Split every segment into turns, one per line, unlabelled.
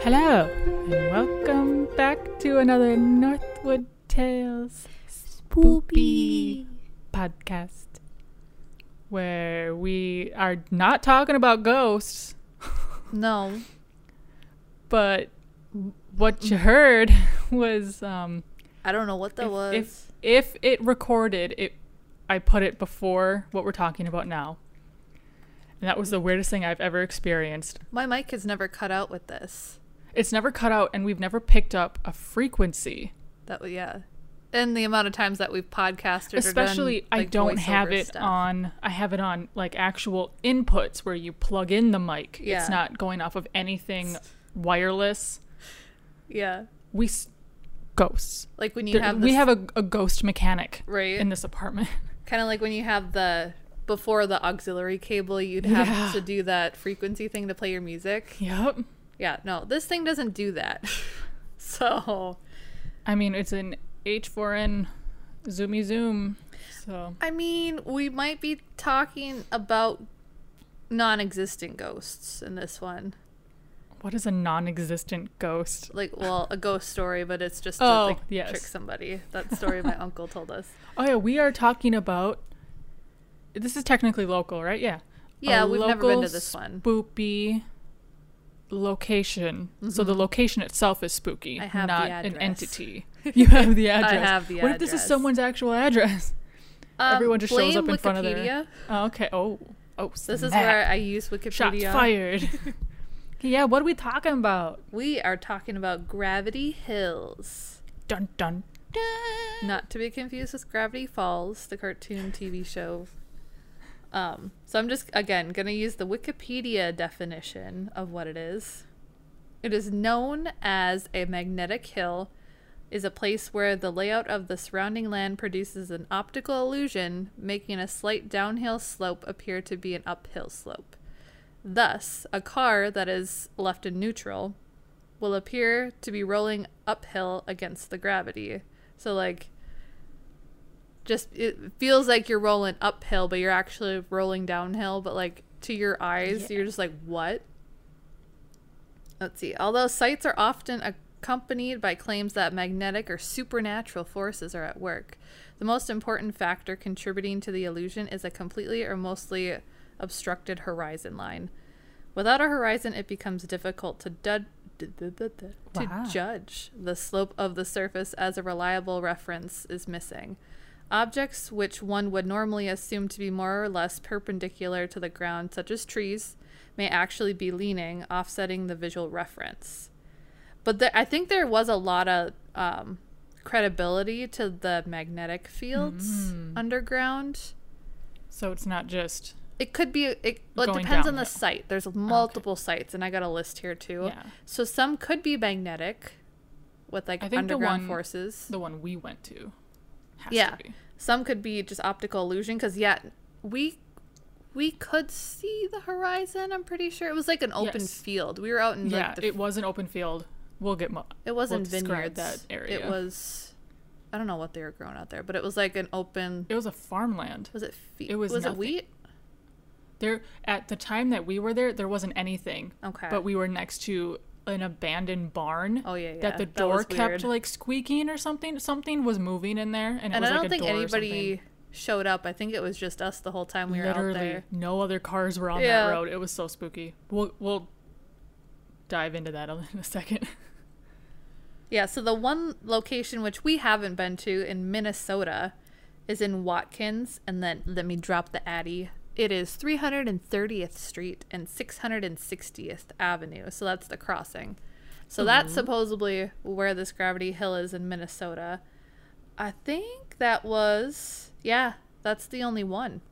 Hello, and welcome back to another Northwood Tales
Spoopy.
podcast where we are not talking about ghosts,
No.
but what you heard was um,
I don't know what that
if,
was.
if if it recorded it I put it before what we're talking about now. And that was the weirdest thing I've ever experienced.
My mic has never cut out with this.
It's never cut out and we've never picked up a frequency.
That was yeah. And the amount of times that we've podcasted, or done,
Especially I
like,
don't have
voiceover
it
stuff.
on I have it on like actual inputs where you plug in the mic.
Yeah.
It's not going off of anything wireless.
Yeah,
We s- ghosts.
like when you
There-
have this,
we have a, a ghost mechanic
right,
in this apartment.
kind of like when you have the before the auxiliary cable, you'd have
Yeah.
to do that frequency thing to play your music.
yep.
Yeah, no, this thing doesn't do that. so
I mean, it's an H4N zoomy zoom. So
I mean, we might be talking about non-existent ghosts in this one.
what is a non-existent ghost?
like well a ghost story but it's just
Oh,
to like,
yes.
trick somebody that story my uncle told us
Oh yeah, we are talking about. This is technically local, right? Yeah.
yeah
A
we've never been
local
to this one
Spoopy location. So the location itself is spooky,
Mm-hmm. I have the
not an
address.
entity. You have the address.
have the
What if this is
address.
someone's actual address?
Um,
Everyone just shows
blame
up in front of their-
Wikipedia.
Oh, okay. Oh, oh.
this is
snap.
where i use wikipedia
shots fired. yeah. What are we talking about?
we are talking about gravity hills
Dun dun dun.
not to be confused with gravity falls the cartoon tv show um so i'm just again gonna use the wikipedia definition of what it is It is known as a magnetic hill, is a place where the layout of the surrounding land produces an optical illusion, making a slight downhill slope appear to be an uphill slope. Thus, a car that is left in neutral will appear to be rolling uphill against the gravity. So like just it feels like you're rolling uphill, but you're actually rolling downhill, but like to your eyes,
Yeah.
you're just like, "What?" Let's see. Although sites are often accompanied by claims that magnetic or supernatural forces are at work, the most important factor contributing to the illusion is a completely or mostly obstructed horizon line. Without a horizon, it becomes difficult to, dud- d- d- d- d- to
Wow.
judge the slope of the surface as a reliable reference is missing. Objects which one would normally assume to be more or less perpendicular to the ground, such as trees, may actually be leaning, offsetting the visual reference. But the, I think there was a lot of um, credibility to the magnetic fields underground.
So it's not just.
It could be it, well, it
Going
depends on
downhill.
the site. There's multiple sites, and I got a list here too.
Yeah.
So some could be magnetic, with like
I think the
underground
one-
forces.
the one we went to. Has
Yeah.
To be.
Some could be just optical illusion because yeah, we we could see the horizon. I'm pretty sure it was like an open
Yes.
field. We were out in
yeah.
like the
it was an open field. We'll get. Mo-
It wasn't
describe
vineyards.
that area.
It was, I don't know what they were growing out there, but it was like an open.
it was a farmland.
Was it? Fe-
it was
Was
nothing.
it wheat?
There at the time that we were there, there wasn't anything.
Okay.
But we were next to an abandoned barn.
Oh, yeah, yeah.
That the
That
door
was
kept
weird.
like squeaking or something. Something was moving in there, and it
and
was
I don't
like a
think
door Or
anybody
something.
showed up. I think it was just us the whole time we were
Literally,
out there.
no other cars were on
Yeah.
that road. It was so spooky. We'll we'll dive into that in a second.
Yeah. So the one location which we haven't been to in Minnesota is in Watkins, and then let me drop the addy. It is 330th Street and 660th Avenue. So that's the crossing. So
Mm-hmm.
that's supposedly where this gravity hill is in Minnesota. I think that was yeah, that's the only one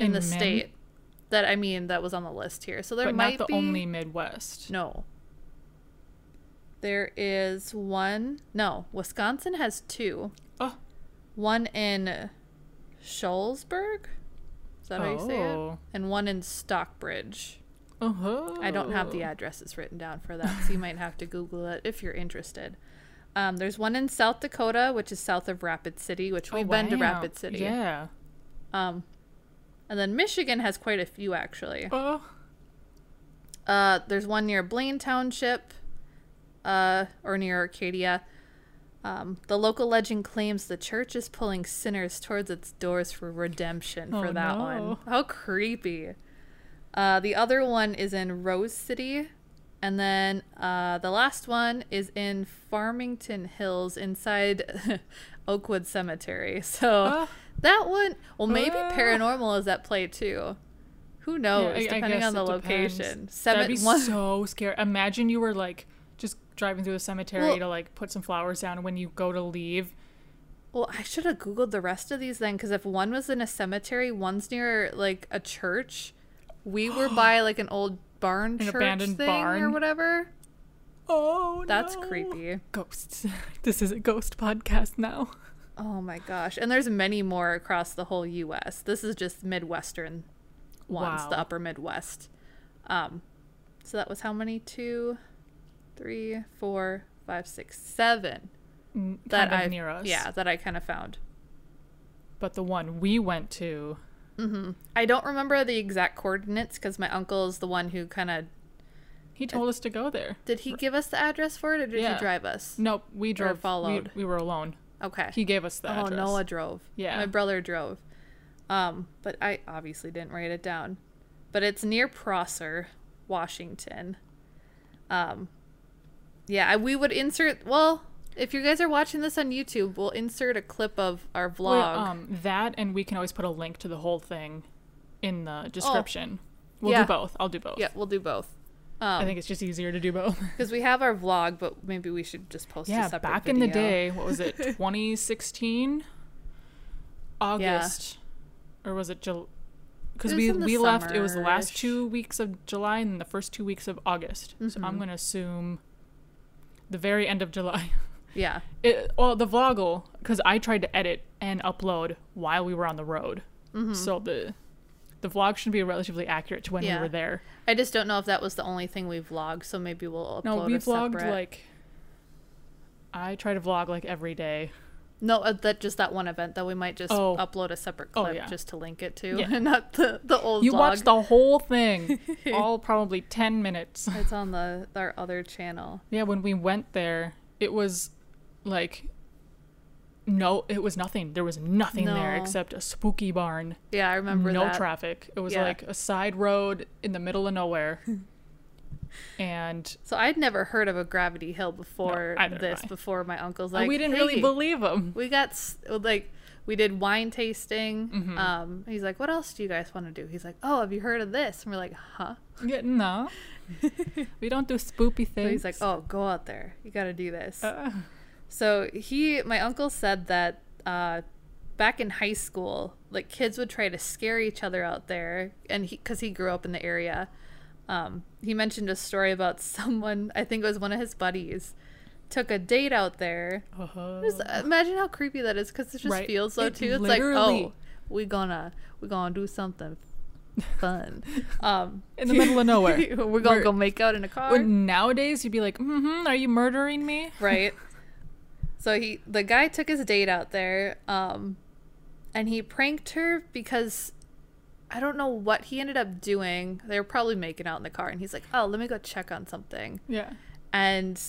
in,
In
the
Min?
state that I mean that was on the list here. So there
but
might
not the
be
only Midwest.
no. There is one. No, Wisconsin has two.
Oh.
One in Shoalsburg. Is that how you say it?
Oh.
And one in Stockbridge.
Oh.
I don't have the addresses written down for that, so you might have to Google it if you're interested. Um, there's one in South Dakota, which is south of Rapid City, which
Oh,
we've been to
wow.
Rapid City.
Yeah.
Um, and then Michigan has quite a few, actually.
Oh.
Uh, there's one near Blaine Township, uh, or near Arcadia. Um, the local legend claims the church is pulling sinners towards its doors for redemption for
Oh,
that
no.
one. How creepy. Uh, the other one is in Rose City. And then uh, the last one is in Farmington Hills inside Oakwood Cemetery. So
Ah.
that one, well, maybe
Ah.
paranormal is at play too. Who
Yeah,
knows?
I- I
Oh, depending
guess
on the
it depends.
location.
That'd be
Seven, one,
so scary. Imagine you were like just driving through the cemetery
Well-
to like put some flowers down, and when you go to leave,
Well, I should have googled the rest of these then, because if one was in a cemetery, one's near like a church. We were by like an old barn
An
church
abandoned
thing or
barn.
whatever.
oh,
That's
no.
creepy.
Ghosts. this is a ghost podcast now.
Oh my gosh! And there's many more across the whole U.S. This is just Midwestern ones,
Wow.
the Upper Midwest. Um, so that was how many? Two, three, four, five, six, seven.
N-
That
kind of
I
near us.
yeah, that I kind of found.
But the one we went to,
I don't remember the exact coordinates because my uncle is the one who kind of
he told us to go there.
Did he give us the address for it, or did
Yeah.
he drive us?
Nope, we drove. we-
followed.
We, were alone.
Okay.
He gave us the
oh,
address.
Noah drove.
Yeah.
My brother drove. Um, but I obviously didn't write it down. But it's near Prosser, Washington. Um, yeah, I- we would insert. Well, if you guys are watching this on YouTube, we'll insert a clip of our vlog.
Well, um, that and we can always put a link to the whole thing in the description. We'll
Oh. Yeah.
do both. I'll do both.
yeah, we'll do both.
I think it's just easier to do both.
Because we have our vlog, but maybe we should just post. a
yeah,
separate
back in the
video.
day, what was it? 2016 August or was it July? Cuz
It was
we
in the
we left it was the last
summer-ish.
2 weeks of July and the first 2 weeks of August. So
Mm-hmm.
I'm going to assume the very end of July.
Yeah.
It, well, the vloggle cuz I tried to edit and upload while we were on the road.
Mm-hmm.
So the the vlog should be relatively accurate to when
Yeah.
we were there.
I just don't know if that was the only thing we vlogged, so maybe we'll upload
No, we
a
vlogged
separate.
like I try to vlog like every day.
No, uh, that just that one event that we might just
Oh.
upload a separate
Oh,
clip
yeah.
just to link it to,
Yeah.
and not the the old.
You
vlog.
watched the whole thing, all probably 10 minutes.
It's on the our other channel.
Yeah, when we went there, it was like no, it was nothing. There was nothing there
No.
except a spooky barn.
Yeah, I remember
no
that.
traffic. It was
Yeah.
like a side road in the middle of nowhere. and
So I'd never heard of a Gravity Hill before
neither have
this.
I. Uh,
Before my uncle's like,
we didn't
"Hey,
really believe him.
We got s- like we did wine tasting.
Mm-hmm.
Um, he's like, "What else do you guys want to do?" He's like, "Oh, have you heard of this?" And we're like, "Huh."
Yeah, no. we don't do spoopy
So
things.
he's like, "Oh, go out there. You got to do this."
Uh,
So he, my uncle said that uh, back in high school, like kids would try to scare each other out there, and because he, grew up in the area, um, he mentioned a story about someone. I think it was one of his buddies took a date out there.
uh-huh.
Just imagine how creepy that is, because it just
Right.
feels so
It
too. It's like,
literally-
oh, we gonna we gonna do something fun. um,
In the middle of nowhere.
we're gonna
Where-
go make out in a car.
Where nowadays you'd be like, mm-hmm, are you murdering me?
right? So he the guy took his date out there, um, and he pranked her because I don't know what he ended up doing. They were probably making out in the car, and he's like, "Oh, let me go check on something."
Yeah.
And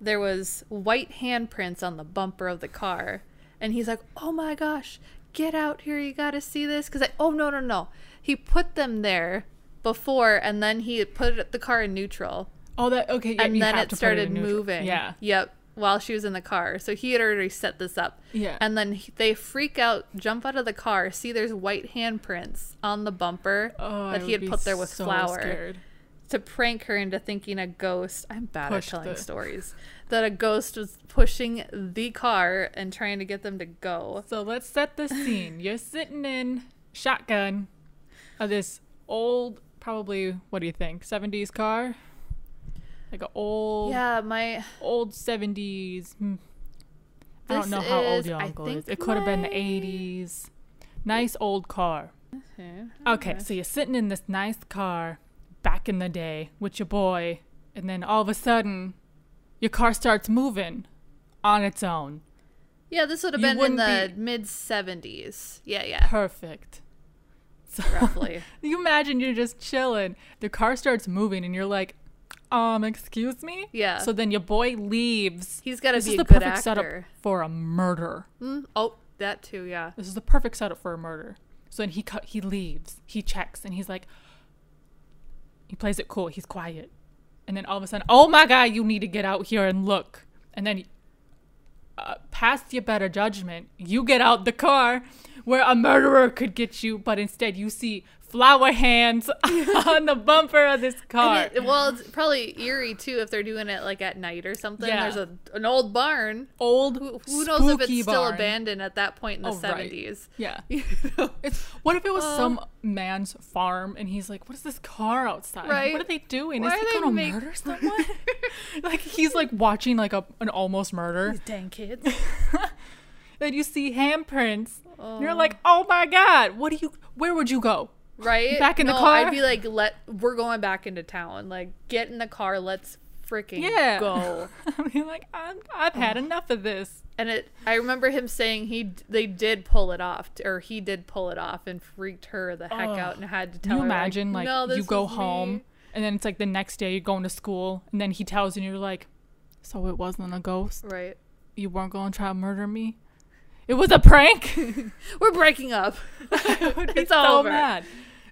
there was white handprints on the bumper of the car, and he's like, "Oh my gosh, get out here! You gotta see this!" Because oh no no no, he put them there before, and then he put the car in neutral
Oh, that okay. Yeah,
and
you
then
have
it
to put
started
in neutral.
moving.
Yeah,
Yep. While she was in the car, so he had already set this up.
Yeah.
And then he, they freak out, jump out of the car, see there's white handprints on the bumper
oh, I
that he
would
had
be
put there with
so
flour
Scared.
to prank her into thinking a ghost. I'm bad
Pushed
at telling
the-
stories. That a ghost was pushing the car and trying to get them to go.
So let's set the scene. You're sitting in shotgun of this old, probably what do you think, seventies car, like an old,
Yeah, my
old seventies. Hmm. I don't
This
know how old
is-
your
I
uncle
think
is. It could have been
my-
the eighties. Nice old car. Okay, so you're sitting in this nice car back in the day with your boy, and then all of a sudden, your car starts moving on its own.
yeah, this would have
You
been in the
wouldn't
mid '70s. Yeah, yeah,
Perfect. So
roughly.
you imagine you're just chilling. The car starts moving, and you're like, um, excuse me?
Yeah.
So then your boy leaves.
He's got to
This
be
is
a
the
good
perfect
actor.
setup for a murder.
Mm, oh, that too. Yeah.
This is the perfect setup for a murder. So then he cut, he leaves, he checks, and he's like, he plays it cool, he's quiet, and then all of a sudden, oh my god, you need to get out here and look, and then, uh, past your better judgment, you get out the car where a murderer could get you, but instead you see flower hands on the bumper of this car.
And it- well, it's probably eerie too if they're doing it like at night or something.
Yeah.
There's a, an old barn.
Old,
Who, who knows if it's
spooky
still
barn.
abandoned at that point in the
Oh, right.
70s?
Yeah.
You know?
It's what if it was
Uh,
some man's farm and he's like, "What is this car outside?
Right.
What are they doing?
Why
is
are
he
they
gonna
make-
murder someone?" like he's like watching like a an almost murder.
These dang kids.
Then you see handprints. And you're like, "Oh my god, what do you? Where would you go?"
Right?
Back in the
No,
car?
I'd be like, let we're going back into town. Like, get in the car. Let's freaking
Yeah.
go.
I mean, like, I'm, I've had
Oh.
enough of this.
And it, I remember him saying he d- they did pull it off, t- or he did pull it off and freaked her the heck
Ugh.
out and had to
Can
tell
you
her
imagine like,
"No,
you
this
go
was me."
home and then it's like the next day you're going to school and then he tells you and you're like, "So it wasn't a ghost.
Right.
You weren't going to try to murder me. It was a prank."
We're breaking up.
I would be
It's
so
over.
mad.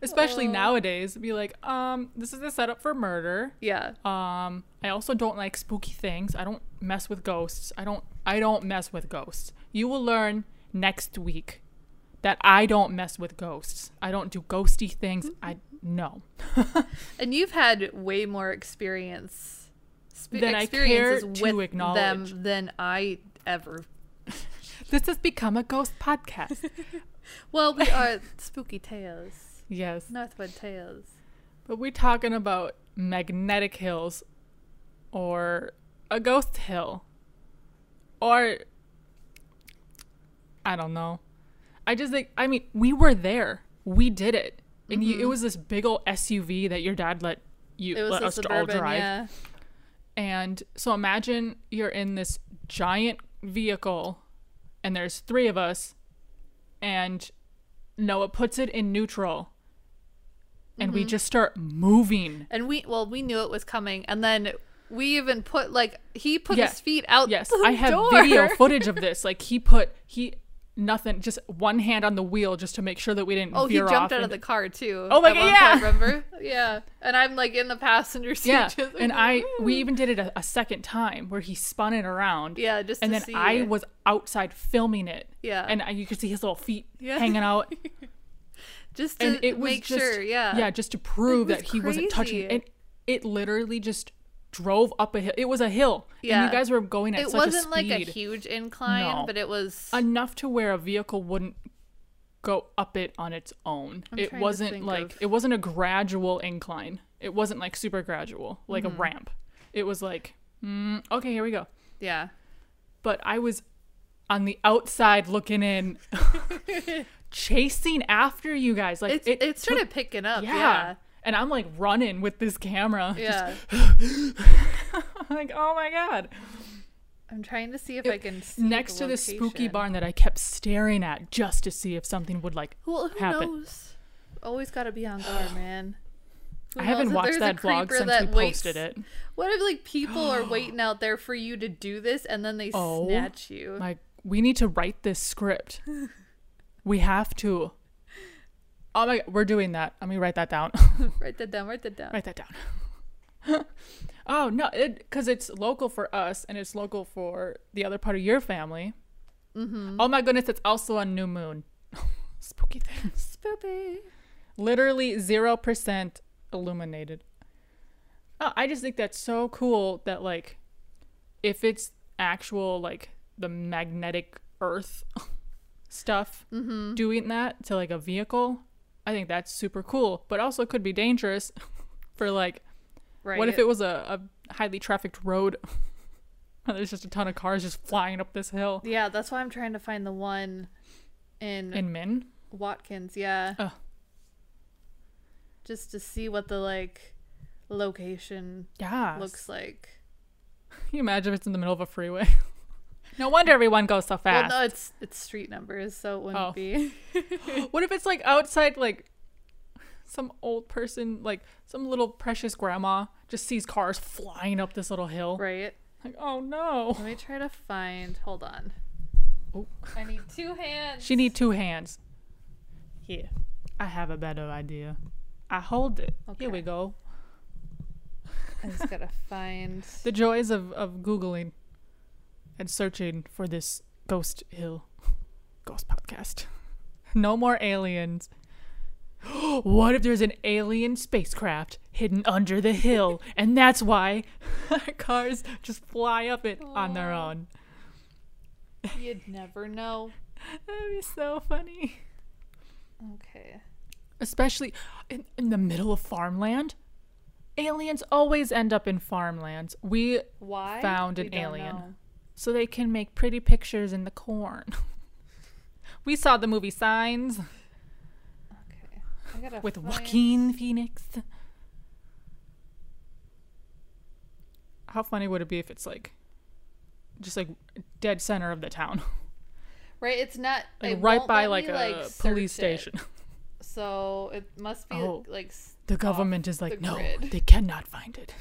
Especially
Oh.
nowadays, be like, um, this is a setup for murder.
Yeah.
Um, I also don't like spooky things. I don't mess with ghosts. I don't. I don't mess with ghosts. You will learn next week that I don't mess with ghosts. I don't do ghosty things. I no.
And you've had way more experience spe-
Than I
experiences
care
with
to acknowledge.
them than I ever.
This has become a ghost podcast.
Well, we are spooky tales,
yes,
Northwood tales.
but we're talking about magnetic hills, or a ghost hill, or I don't know. I just think I mean we were there. We did it, and you, it was this big old SUV that your dad let you
Mm-hmm. It was
let
a
us all
suburban,
drive.
yeah.
And so imagine you're in this giant vehicle, and there's three of us, and Noah puts it in neutral, and
Mm-hmm.
we just start moving.
And we, well, we knew it was coming, and then we even put like he put
Yeah.
his feet out.
Yes,
the
I have
door.
video footage of this. Like he put he nothing, just one hand on the wheel just to make sure that we didn't.
Oh, he
veer off
jumped out of
and-
the car too.
Oh my
at
God,
one
yeah.
Point, remember? Yeah, and I'm like in the passenger seat.
Yeah,
just like, "Mm."
and I we even did it a, a second time where he spun it around.
Yeah, just
and
to
then
see
I
it.
was outside filming it.
Yeah.
and I, you could see his little feet
Yeah.
hanging out,
just to
and it was
make
just
sure. Yeah,
yeah, just to prove
was
that he wasn't touching. it.
crazy.
And it literally just drove up a hill. It was a hill, and
Yeah.
you guys were going at
it
such
wasn't
a
like
speed.
a huge incline,
No.
but it was.
enough to where a vehicle wouldn't go up it on its own. it
trying to
wasn't
think
like
of-
it wasn't a gradual incline. It wasn't like super gradual, like
Mm-hmm.
a ramp. It was like, mm, okay, here we go.
yeah.
But I was on the outside looking in, chasing after you guys. Like
It's
it,
it started picking up.
yeah.
Yeah.
And I'm like running with this camera. Just
Yeah.
like, oh my God.
I'm trying to see if I can see
Next
the
to this spooky
location.
barn that I kept staring at just to see if something would like
Well, who
happen.
knows? Always got to be on guard, man. Who
I
knows
haven't
if
watched
there's a
that vlog
creeper
since
that
we
waits-
posted it.
What if like people are waiting out there for you to do this and then they
Oh,
snatch you?
Like, we need to write this script. we have to. Oh my, we're doing that. Let me write that down.
write that down. Write that down.
write that down. oh no, because it's local for us and it's local for the other part of your family.
Mm-hmm.
Oh my goodness, it's also on New Moon. Spooky things.
Spoopy.
Literally zero percent illuminated. Oh, I just think that's so cool that like, if it's actual like the magnetic Earth stuff
Mm-hmm.
doing that to like a vehicle, I think that's super cool. But also could be dangerous for like
Right.
what if it was a, a highly trafficked road? and There's just a ton of cars just flying up this hill.
Yeah, that's why I'm trying to find the one in
In Min?
Watkins. Yeah.
Oh.
Just to see what the like location
Yeah.
looks like.
Can you imagine if it's in the middle of a freeway? no wonder everyone goes so fast.
Well, no, it's it's street numbers, so it wouldn't
Oh.
be.
What if it's like outside, like some old person, like some little precious grandma just sees cars flying up this little hill.
Right.
Like, oh no.
Let me try to find. Hold on.
Oh.
I need two hands.
She need two hands. Here. I have a better idea. I hold it. Here we
Okay.
go.
I just gotta find.
The joys of, of Googling and searching for this ghost hill ghost podcast. No more aliens. what if there's an alien spacecraft hidden under the hill and that's why cars just fly up it on their
Aw.
own?
You'd never know.
That'd be so funny.
Okay.
Especially in, in the middle of farmland. Aliens always end up in farmlands. We
Why?
Found
We
an
don't
alien.
know.
so they can make pretty pictures in the corn. we saw the movie Signs
Okay. I gotta
with
find...
Joaquin Phoenix. How funny would it be if it's like just like dead center of the town,
Right. It's not
like
it
right
won't
by
let
like
me,
a
search
police
it.
station?
So it must be
Oh.
like. s-
The
off
government is like,
the
no,
grid."
they cannot find it.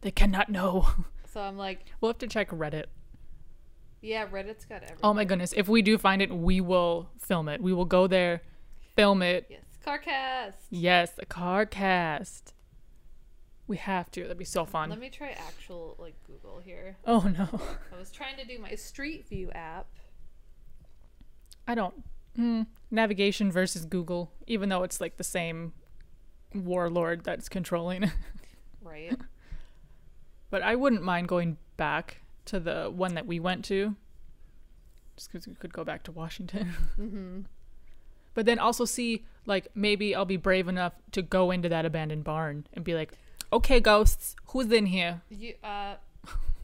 They cannot know.
So I'm like,
We'll have to check Reddit.
yeah, Reddit's got everything.
Oh my goodness. If we do find it, we will film it. We will go there, film it,
Yes, Carcast.
Yes, a car cast. We have to. That'd be so fun.
Let me try actual like Google here.
oh no.
I was trying to do my Street View app.
I don't. Mm, navigation versus Google, even though it's like the same warlord that's controlling. it.
Right.
but I wouldn't mind going back to the one that we went to. Just because we could go back to Washington.
mm-hmm.
But then also see, like, maybe I'll be brave enough to go into that abandoned barn and be like, okay, ghosts, who's in here?
You uh,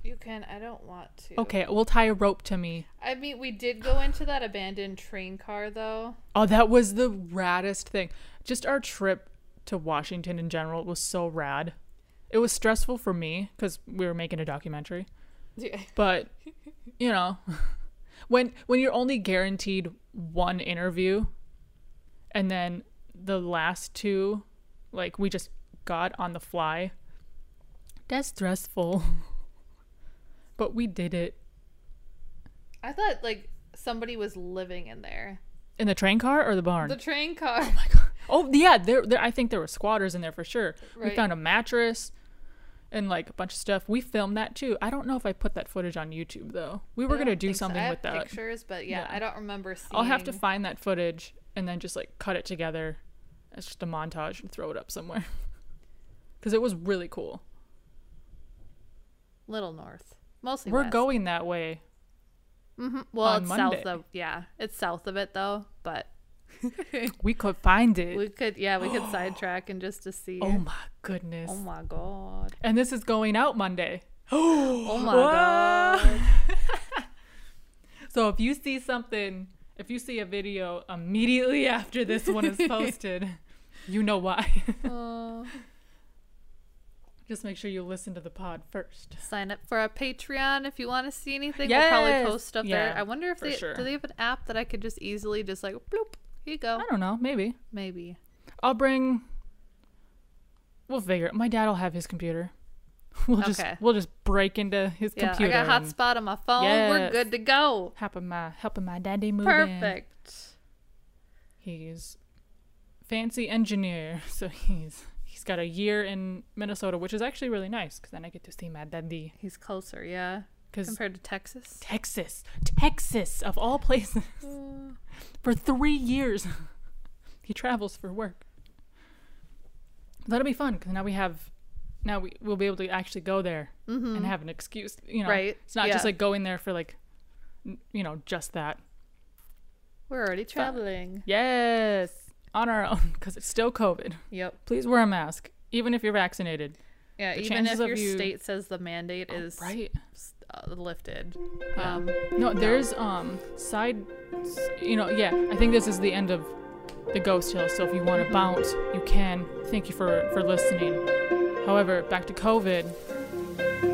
you can. I don't want to.
Okay, we'll tie a rope to me.
I mean, we did go into that abandoned train car though.
Oh, that was the raddest thing. Just our trip to Washington in general was so rad. It was stressful for me because we were making a documentary,
Yeah.
but you know, when when you're only guaranteed one interview, and then the last two, like we just got on the fly. That's stressful. But we did it
I thought like somebody was living in there.
in the train car or the barn.
The train car.
Oh yeah, there, there. I think there were squatters in there for sure.
Right.
We found a mattress and like a bunch of stuff. We filmed that too. I don't know if I put that footage on YouTube though. We were
I
gonna
don't
do
think so.
something
I
with
have
that.
Pictures, but yeah,
Yeah.
I don't remember seeing.
I'll have to find that footage and then just like cut it together as just a montage and throw it up somewhere. Because it was really cool.
Little North, mostly.
We're
west.
going that way.
hmm Well,
on
it's south
Monday.
of yeah, it's south of it though. But
We could find it.
we could yeah, we could sidetrack and just to see.
oh my goodness!
Oh my god.
And this is going out Monday. Oh,
Oh my
Whoa. So if you see something, if you see a video immediately after this one is posted, you know why.
god. Oh.
Just make sure you listen to the pod first.
sign up for our Patreon if you want to see anything. We'll
Yes.
probably post stuff there.
Yeah,
I wonder if
for
they
sure.
do they have an app that I could just easily just like bloop. Here you go.
I don't know, maybe.
Maybe.
I'll bring We'll figure it. My dad'll have his computer. We'll just
Okay.
we'll just break into his
Yeah,
computer.
I got
and uh,
hotspot on my phone. We're
Yes.
good to go.
helping my helping my daddy move in.
Perfect.
He's fancy engineer, so he's he's got a year in Minnesota, which is actually really nice because then I get to see my daddy.
He's closer, yeah,
Because
compared to Texas.
Texas, Texas of all places,
Uh,
for three years, he travels for work. That'll be fun because now we have, now we we'll be able to actually go there and have an excuse. You know,
Mm-hmm. Right,
It's not just
yeah.
like going there for like, n- you know, just that.
We're already traveling.
Yes, on our own because it's still COVID.
Yep.
Please wear a mask, even if you're vaccinated.
Yeah,
The
even if
chances of
your
you- Oh,
state says the mandate is
Right.
s- uh, lifted.
Yeah.
Um,
No, there's um side, s- you know, yeah. I think this is the end of the Ghost Hill. So if you want to bounce, you can. Thank you for for listening. However, back to COVID.